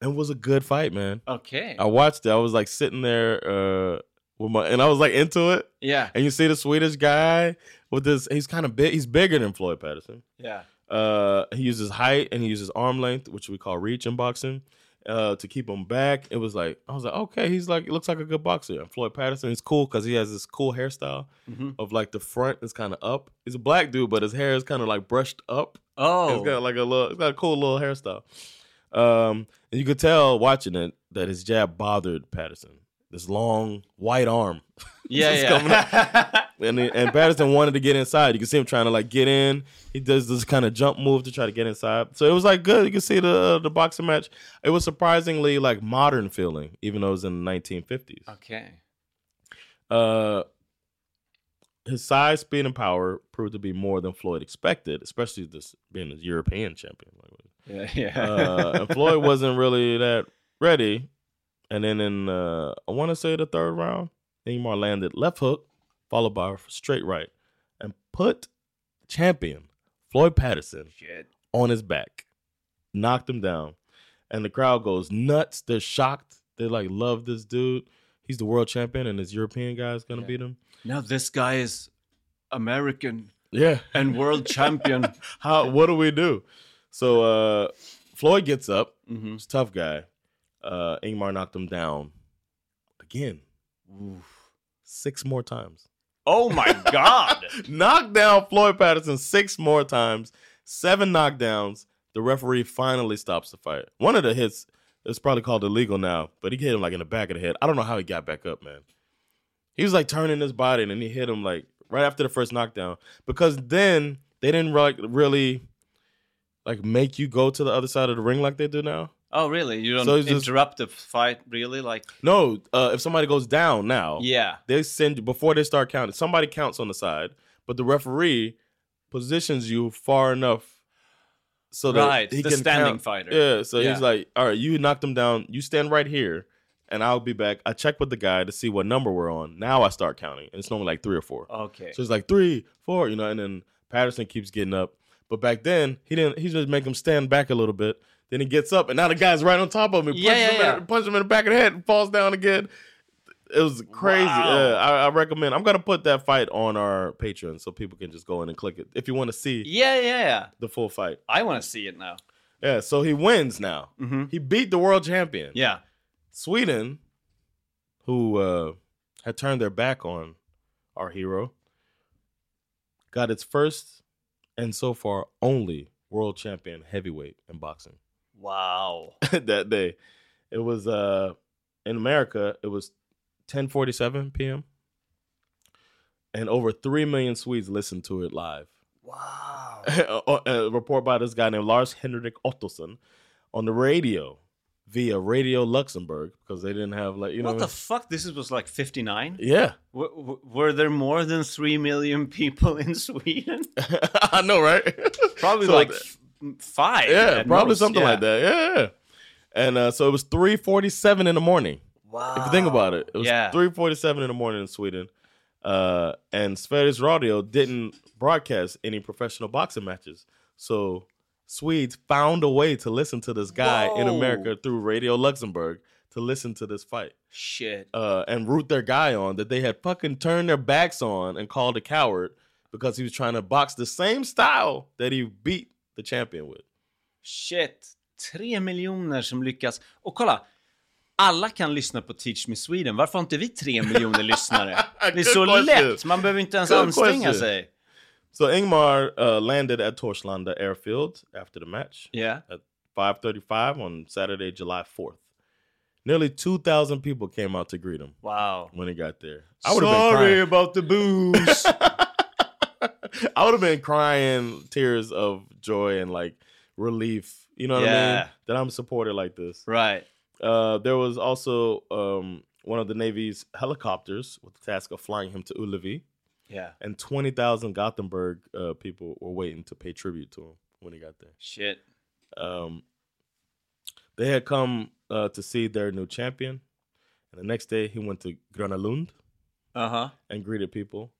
it was a good fight, man. Okay. I watched it. I was like sitting there uh, with my, and I was like into it. Yeah. And you see the Swedish guy with this, he's kind of big, he's bigger than Floyd Patterson. Yeah. Uh, he uses height and he uses arm length, which we call reach in boxing, uh, to keep him back. It was like, I was like, okay, he's like, looks like a good boxer. And Floyd Patterson is cool because he has this cool hairstyle Mm-hmm. of like the front is kind of up. He's a black dude, but his hair is kind of like brushed up. Oh. He's got like a little, he's got a cool little hairstyle. Um, and you could tell watching it that his jab bothered Patterson. This long white arm yeah. It's coming Yeah. and and Patterson wanted to get inside. You can see him trying to like get in. He does this kind of jump move to try to get inside. So it was like good. You can see the uh, the boxing match. It was surprisingly like modern feeling, even though it was in the 1950s. okay. Uh, His size, speed, and power proved to be more than Floyd expected, especially this being a European champion. Like, Yeah, yeah. uh, and Floyd wasn't really that ready. And then in uh, I want to say the third round, Ingmar landed left hook, followed by a straight right, and put champion Floyd Patterson Shit. on his back, knocked him down, and the crowd goes nuts. They're shocked. They like love this dude. He's the world champion, and this European guy is gonna Yeah. beat him. Now this guy is American Yeah. and world champion. How? What do we do? So uh, Floyd gets up. hmm He's a tough guy. Uh, Ingmar knocked him down again six more times. Oh my god! Knocked down Floyd Patterson six more times, seven knockdowns. The referee finally stops the fight. One of the hits is probably called illegal now, but he hit him like in the back of the head. I don't know how he got back up, man. He was like turning his body and then he hit him like right after the first knockdown because then they didn't like really like make you go to the other side of the ring like they do now. Oh really? You don't So it's just- interrupt the fight really? Like No, uh, if somebody goes down now, yeah. they send you before they start counting. Somebody counts on the side, but the referee positions you far enough so that Right, he the can standing count. fighter. Yeah, so Yeah. he's like, "All right, you knocked him down. You stand right here, and I'll be back. I check with the guy to see what number we're on. Now I start counting, and it's normally like three or four. Okay. So it's like three, four, you know, and then Patterson keeps getting up. But back then, he didn't. He just make him stand back a little bit. Then he gets up, and now the guy's right on top of him. He Yeah, punches yeah, him, yeah. In, punches him in the back of the head, and falls down again. It was crazy. Wow. Yeah, I, I recommend. I'm gonna put that fight on our Patreon so people can just go in and click it if you want to see yeah, yeah, yeah. the full fight. I want to see it now. Yeah. So he wins now. Mm-hmm. He beat the world champion. Yeah. Sweden, who uh, had turned their back on our hero, got its first and so far only world champion heavyweight in boxing Wow. that day. It was uh, in America. It was 10:47 p.m. and over three million Swedes listened to it live. Wow. a a report by this guy named Lars Henrik Ottosson on the radio via Radio Luxembourg because they didn't have like you know what the fuck? This is- was like 59? yeah W- w- were there more than 3 million people in Sweden? I know right Probably So like the- f- five. yeah at probably most. something Yeah. like that yeah yeah. and uh, so it was three forty seven in the morning Wow. if you think about it it was Yeah. three forty seven in the morning in Sweden uh, and Sveriges Radio didn't broadcast any professional boxing matches so. Swedes found a way to listen to this guy in Whoa. America through Radio Luxembourg to listen to this fight. Shit. uh, and root their guy on that they had fucking turned their backs on and called a coward because he was trying to box the same style that he beat the champion with. Shit. Tre miljoner som lyckas. Och kolla. Alla kan lyssna på Teach Me Sweden. Varför har inte vi tre miljoner lyssnare? Det är Good så question. lätt. Man behöver inte ens Good anstränga question. sig. So Ingmar uh, landed at Torslanda Airfield after the match, Yeah. 5:35 on Saturday, July 4th. Nearly 2,000 people came out to greet him Wow. when he got there. would've been crying. Sorry about the booze. I would have been crying tears of joy and like relief. You know what I mean? Yeah. That I'm supported like this. right. Uh, there was also um, one of the Navy's helicopters with the task of flying him to Ullevi, Yeah. and 20,000 Gothenburg uh, people were waiting to pay tribute to him when he got there. Shit. Um, they had come uh, to see their new champion, and the next day he went to Granalund Uh-huh. and greeted people.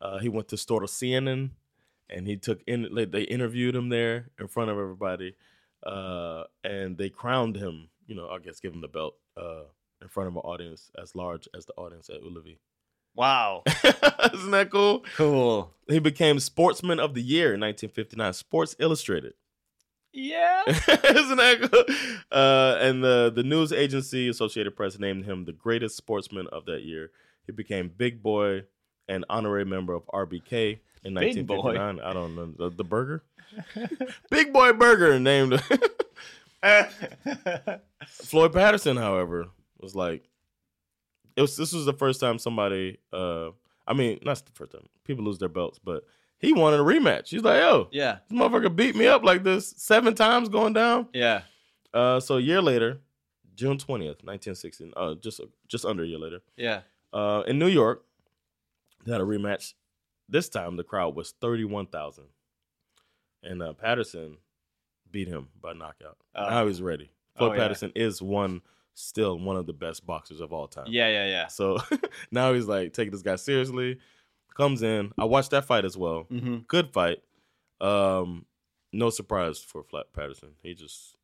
Uh, he went to Storosienen and he took in like, they interviewed him there in front of everybody, uh, and they crowned him. You know, I guess give him the belt uh, in front of an audience as large as the audience at Ullevi. Wow. Isn't that cool? Cool. He became Sportsman of the Year in 1959. Sports Illustrated. Yeah. Isn't that cool? Uh, and the, the news agency Associated Press named him the greatest sportsman of that year. He became Big Boy and honorary member of RBK in Big Boy? 1959. I don't know. The, the burger? Big Boy Burger named. Floyd Patterson, however, was like, it was, this was the first time somebody, uh, I mean, not the first time, people lose their belts, but he wanted a rematch. He's like, yo, yeah. this motherfucker beat me up like this seven times going down. Yeah. Uh, so a year later, June twentieth, nineteen sixty, uh, just just under a year later, Yeah. uh, in New York, they had a rematch This time the crowd was 31,000. And uh, Patterson beat him by knockout. Oh. now he's ready. Floyd Oh, yeah. Patterson is one, still one of the best boxers of all time. Yeah, yeah, yeah. So now he's like taking this guy seriously. Comes in. I watched that fight as well. Mm-hmm. Good fight. Um, no surprise for Flat Patterson. He just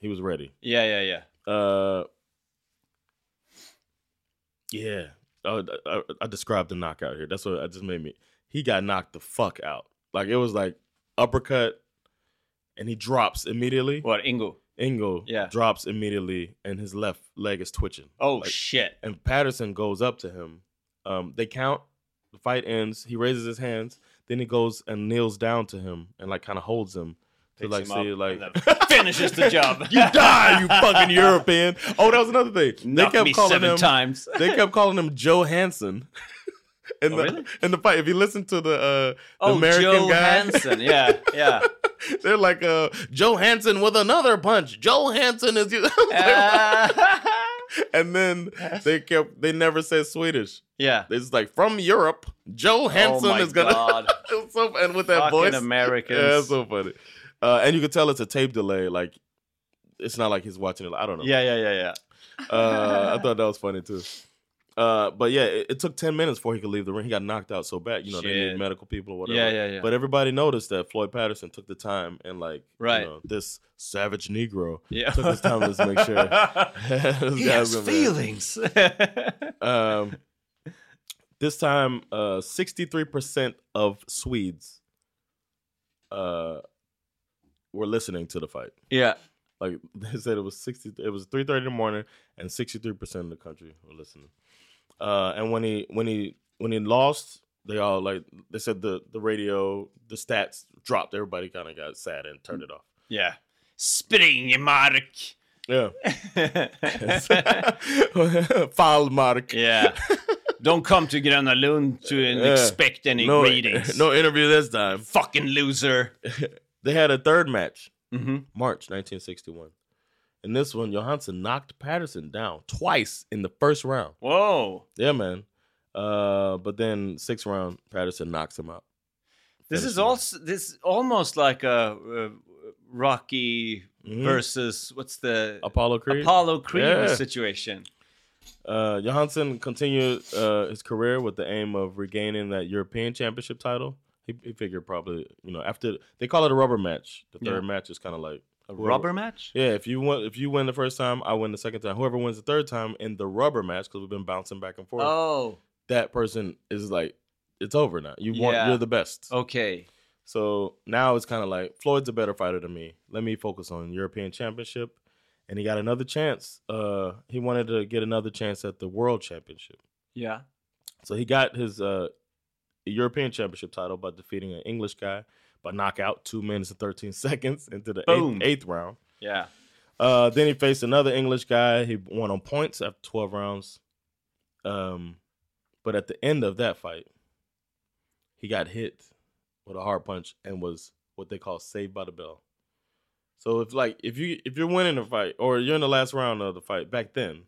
he was ready. Yeah, yeah, yeah. Uh, yeah. I, I, I described the knockout here. That's what I just made me. He got knocked the fuck out. Like it was like uppercut, and he drops immediately. What, Ingo? Ingo Yeah. drops immediately, and his left leg is twitching Oh, Like- shit. and Patterson goes up to him. Um, they count. The fight ends. He raises his hands. Then he goes and kneels down to him and like kind of holds him to Picks like him say up like and then finishes the job. you die, you fucking European. Oh, that was another thing. Knocked they kept me calling seven him. times. They kept calling him Joe Hansen. In Oh, the really? in the fight, if you listen to the, uh, the oh, American Joe guy, Hansen. Yeah, yeah. they're like uh, Joe Hansen with another punch. Joe Hansen is you. Uh, and then they kept they never said Swedish. yeah. It's like from Europe. Joe Hansen oh my is gonna. God. It was so, and with that Fucking voice, Americans. yeah, it's so funny. Uh, and you can tell it's a tape delay. Like it's not like he's watching it. I don't know. Yeah, yeah, yeah, yeah. Uh, I thought that was funny too. Uh, but yeah, it, it took ten minutes before he could leave the ring. He got knocked out so bad. You know, they Shit. need medical people or whatever. Yeah, yeah, yeah. But everybody noticed that Floyd Patterson took the time and like, Right. you know, this savage Negro Yeah. took his time to just make sure. this he guy's has gonna be- feelings. Um, this time, uh, sixty-three percent of Swedes, uh, were listening to the fight. yeah. Like they said, it was sixty. It was three thirty in the morning, and sixty-three percent of the country were listening. Uh, and when he when he when he lost, they all like they said the the radio the stats dropped. Everybody kind of got sad and turned it off. Yeah. Spring, Mark. Yeah, foul mark. yeah. Don't come to Gröna Lund to Yeah. expect any No, greetings. no interview this time. Fucking loser. They had a third match. Mm-hmm. March 1961. In this one, Johansson knocked Patterson down twice in the first round. Whoa. Yeah, man. Uh, but then sixth round, Patterson knocks him out. This Finish is him off. also this is almost like a uh, Rocky Mhm. versus what's the Apollo Creed. Apollo Creed Yeah. situation. uh, Johansson continued uh, his career with the aim of regaining that European Championship title. He, he figured probably, you know, after they call it a rubber match. The third Yeah. match is kind of like A whoever- rubber match? Yeah, if you win, if you win the first time, I win the second time. Whoever wins the third time in the rubber match, because we've been bouncing back and forth. Oh, that person is like, it's over now. You want, Yeah. Oh. you're the best. okay. So now it's kind of like Floyd's a better fighter than me. Let me focus on European Championship, and he got another chance. Uh, he wanted to get another chance at the World Championship, Yeah. so he got his uh European Championship title by defeating an English guy by knockout, two minutes and thirteen seconds into the Boom. eighth, eighth round. Yeah. Uh, then he faced another English guy. He won on points after 12 rounds. Um, but at the end of that fight, he got hit with a hard punch and was what they call saved by the bell. So if like if you if you're winning the fight or you're in the last round of the fight back then,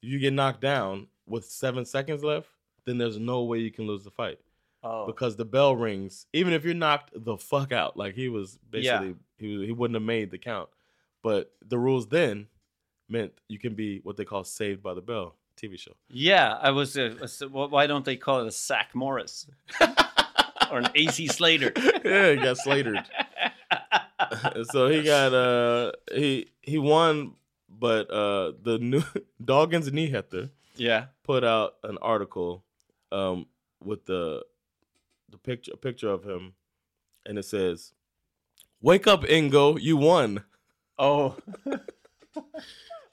if you get knocked down with seven seconds left, then there's no way you can lose the fight Oh. because the bell rings. Even if you're knocked the fuck out, like he was Yeah. basically he was, he wouldn't have made the count. But the rules then meant you can be what they call saved by the bell TV show. yeah, I was. Uh, was- wh- why don't they call it a Sack Morris or an AC Slater? yeah, he got slatered. so he got uh he he won, but uh the new Doggins Nyheter Yeah. put out an article um with the the picture a picture of him and it says Wake up Ingo, you won. Oh.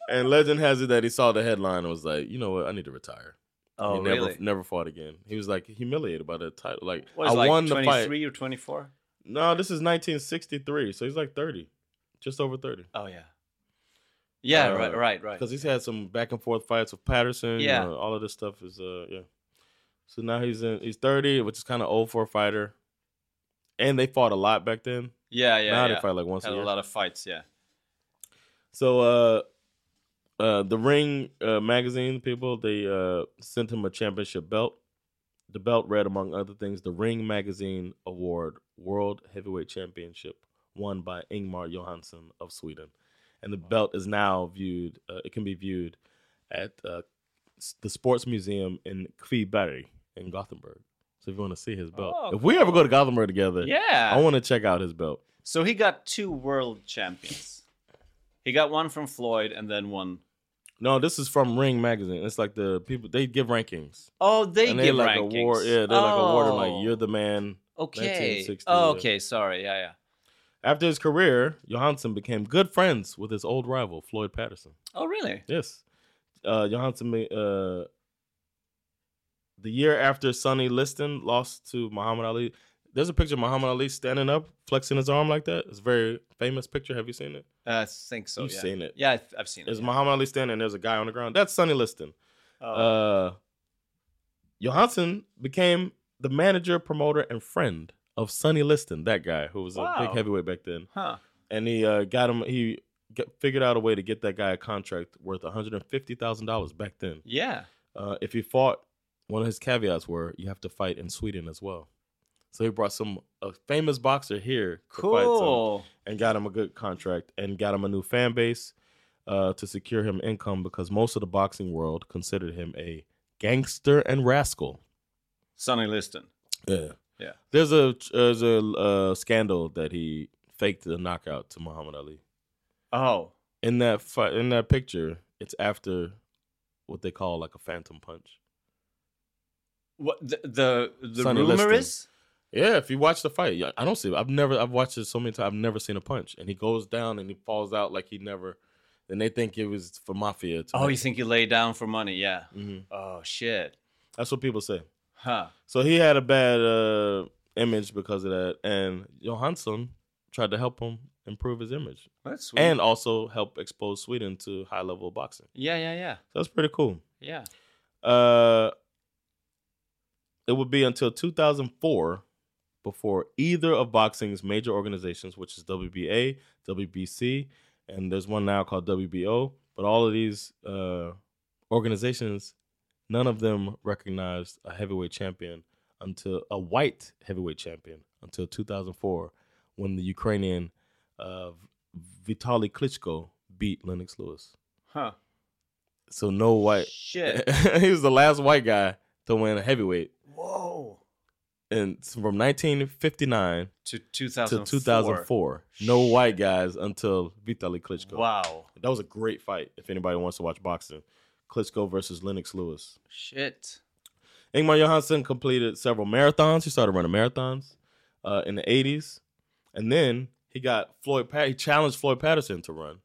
And legend has it that he saw the headline and was like, you know what, I need to retire. Oh, he never really? never fought again. He was like humiliated by the title. Like What, I he's like won the fight. 23 or 24? No, this is 1963, so he's like 30, just over 30. Oh, yeah. Yeah, Uh, right, right, right. Because he's had some back and forth fights with Patterson. Yeah. Yeah, all of this stuff is uh yeah. So now he's in he's 30, which is kind of old for a fighter. And they fought a lot back then. Yeah, yeah, now yeah. they fight like once Had a a year. lot of fights, yeah. So uh uh the Ring uh magazine people they uh sent him a championship belt The belt read, among other things, the Ring Magazine Award World Heavyweight Championship, won by Ingmar Johansson of Sweden. And the belt is now viewed, uh, it can be viewed at uh, s- the Sports Museum in Kviberg in Gothenburg. So if you want to see his belt, Oh, if we ever go to Gothenburg together, Yeah. I want to check out his belt. So he got two world champions. He got one from Floyd and then one. No, this is from Ring Magazine. It's like the people, they give rankings. Oh, they and give like rankings. award. Yeah, they like awarded like Oh. you're the man. Okay. 1960, Oh, yeah. okay. Sorry. Yeah, yeah. After his career, Johansson became good friends with his old rival Floyd Patterson. Oh, really? Yes, uh, Johansson. ma- Uh, the year after Sonny Liston lost to Muhammad Ali, there's a picture of Muhammad Ali standing up, flexing his arm like that. It's a very famous picture. Have you seen it? Uh, I think so. You've yeah. seen it. Yeah, I've, I've seen it. It's yeah. Muhammad Ali standing. There's a guy on the ground. That's Sonny Liston. Oh. Uh, Johansson became the manager, promoter, and friend of Sonny Liston, that guy who was a Wow. big heavyweight back then. huh. and he uh, got him. He g figured out a way to get that guy a contract worth one hundred and fifty thousand dollars back then. Yeah. Uh, if he fought, one of his caveats were you have to fight in Sweden as well. So he brought some a famous boxer here to fight some- Cool. and got him a good contract and got him a new fan base uh, to secure him income because most of the boxing world considered him a gangster and rascal. Sonny Liston. Yeah. Yeah. There's a there's a uh, scandal that he faked the knockout to Muhammad Ali. Oh. in that fi- in that picture, it's after what they call like a phantom punch. What the the, the Sonny rumor Liston. is? Yeah, if you watch the fight, yeah, I don't see. I've never. I've watched it so many times. I've never seen a punch, and he goes down and he falls out like he never. Then they think it was for mafia. To Oh, you think you lay down for money? Yeah. Mhm. Oh shit. That's what people say. Huh. So he had a bad uh, image because of that, and Johansson tried to help him improve his image That's sweet. and also help expose Sweden to high level boxing. yeah, yeah, yeah, So that's pretty cool. yeah. Uh, it would be until 2004 before either of boxing's major organizations, which is WBA, WBC, and there's one now called WBO. But all of these uh, organizations, none of them recognized a heavyweight champion until a white heavyweight champion until 2004, when the Ukrainian uh, Vitaly Klitschko beat Lennox Lewis. Huh. So no white Shit. he was the last white guy to win a heavyweight, Whoa. and it's from 1959 To to 2004. 2004, no white guys until Vitaly Klitschko. Wow. That was a great fight. If anybody wants to watch boxing, Klitschko versus Lennox Lewis. Shit. Ingmar Johansson completed several marathons. He started running marathons uh, in the 80s. And then he got Floyd Pat he challenged Floyd Patterson to run.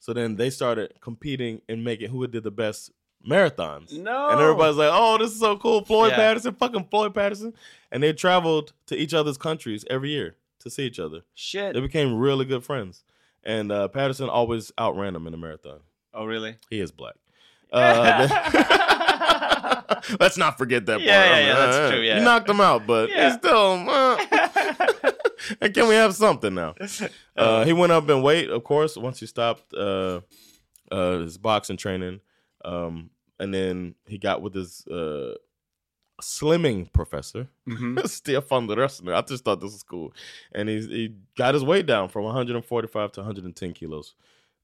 So then they started competing and making who did the best marathons. No. And everybody's like, oh, this is so cool. Floyd Yeah. Patterson, fucking Floyd Patterson. And they traveled to each other's countries every year to see each other. Shit. They became really good friends. And uh, Patterson always outran him in the marathon. Oh really? He is black. Uh, Let's not forget that part. Yeah, yeah, yeah, I mean, that's uh, true, yeah. You knocked them out, but Yeah. it's still. uh, and can we have something now? Uh, he went up in weight, of course, once he stopped uh, uh, his boxing training. Um, and then he got with his uh, slimming professor, Mhm. Stefan Ressner. I just thought this was cool. And he, he got his weight down from 145 to 110 kilos.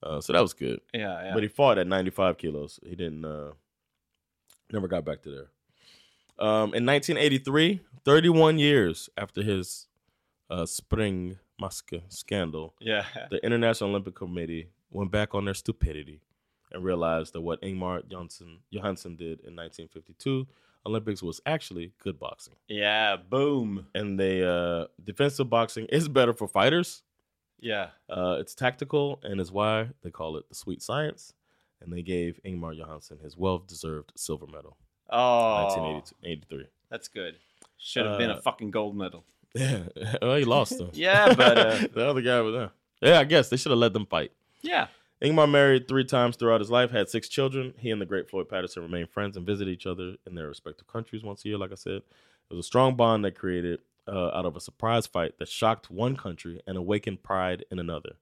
Uh, so that was good. Yeah, yeah. But he fought at 95 kilos. He didn't, uh, never got back to there. Um, in 1983, 31 years after his uh, spring maska scandal, yeah. the International Olympic Committee went back on their stupidity and realized that what Ingmar Johnson, Johansson did in 1952 Olympics was actually good boxing. Yeah, boom. And they, uh, defensive boxing is better for fighters. Yeah. Uh, it's tactical and is why they call it the sweet science. And they gave Ingmar Johansson his well deserved silver medal Oh. 1983. That's good. Should have been a Uh, fucking gold medal. Yeah. well, he lost though. Yeah, but uh, the other guy was there. Yeah, I guess they should have let them fight. yeah. Ingmar married three times throughout his life, had six children. He and the great Floyd Patterson remained friends and visited each other in their respective countries once a year, like I said. It was a strong bond that created uh, out of a surprise fight that shocked one country and awakened pride in another.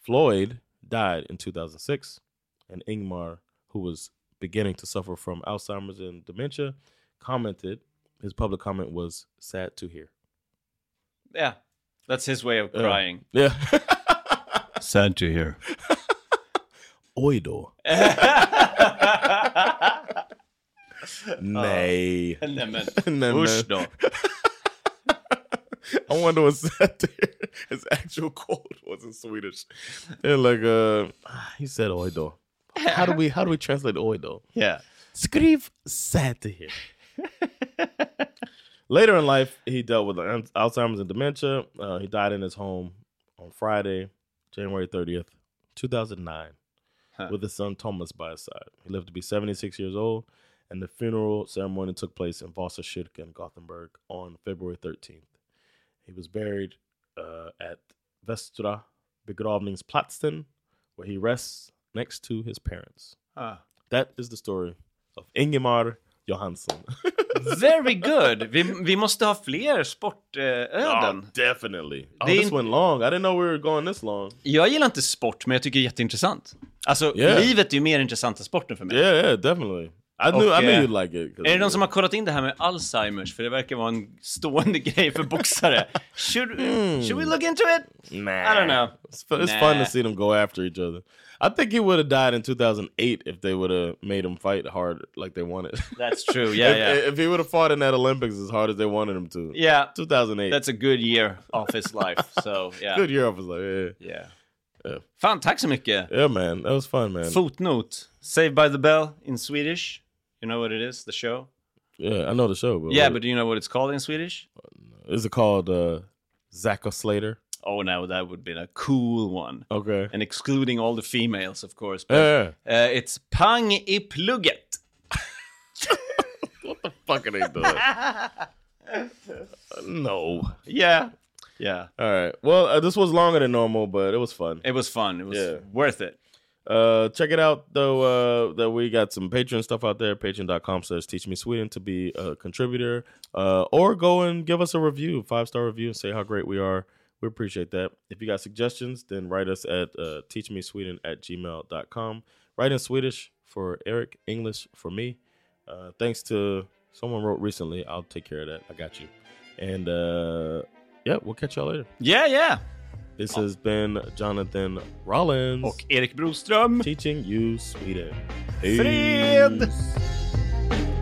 Floyd died in 2006, and Ingmar, who was beginning to suffer from Alzheimer's and dementia, commented His public comment was sad to hear. Yeah. That's his way of Yeah. crying. Yeah. Sad to hear. Oido. Uh, Nay. Nej men, Nej, usch men. då. I wonder what's that there. His actual quote was in Swedish. They're like, uh, he said oido. How do we how do we translate oido? Yeah. Skriv sad to hear. Later in life, he dealt with an- Alzheimer's and dementia. Uh, he died in his home on Friday, January 30th, 2009, Huh. with his son Thomas by his side. He lived to be 76 years old, and the funeral ceremony took place in Vasakyrka in Gothenburg on February 13th. He was buried uh, at Vestra Begravningsplatsen, where he rests next to his parents. Ah. That is the story of Ingemar Johansson. Very good. Vi, vi måste ha fler sportöden. Oh, definitely. Oh, Det är this in- went long. I didn't know we were going this long. Jag gillar inte sport, men jag tycker det är jätteintressant. Alltså, Yeah. livet är ju mer intressant än sporten för mig. Yeah, yeah, definitely. I knew, I eh, knew you'd like it. 'cause- Är det någon som har kollat in det här med Alzheimers? För det verkar vara en stående grej för boxare. Should, Mm. should we look into it? Nah. I don't know. It's, fu- it's fun Nah. to see them go after each other. I think he would have died in 2008 if they would have made him fight hard like they wanted. That's true, yeah, if, yeah. If he would have fought in that Olympics as hard as they wanted him to. Yeah, 2008. that's a good year of his life. So, yeah. good year. I was like, yeah, yeah. Yeah. Fan, tack så mycket. yeah, man, that was fun, man. Fotnot. Saved by the bell in Swedish. You know what it is, the show? Yeah, I know the show, but Yeah, but do you know what it's called in Swedish? is it called uh, Zacko Slater? Oh, now that would be a cool one. Okay. And excluding all the females, of course. But, Yeah. uh, it's pang i plugget. fucking ain't doing. no. Yeah. Yeah. All right. Well, uh, this was longer than normal, but it was fun. It was fun. It was Yeah. worth it. Uh, check it out though. Uh, that we got some Patreon stuff out there. Patreon.com slash Teach Me Sweden to be a contributor, uh, or go and give us a review, five star review, and say how great we are. We appreciate that. If you got suggestions, then write us at uh, teachmesweden at gmail.com. Write in Swedish for Eric, English for me. Uh, thanks to someone wrote recently. I'll take care of that. I got you. And uh, yeah, we'll catch y'all later. Yeah, yeah. This has been Jonathan Rollins Och Erik Broström. teaching you Sweden. Fred! Peace.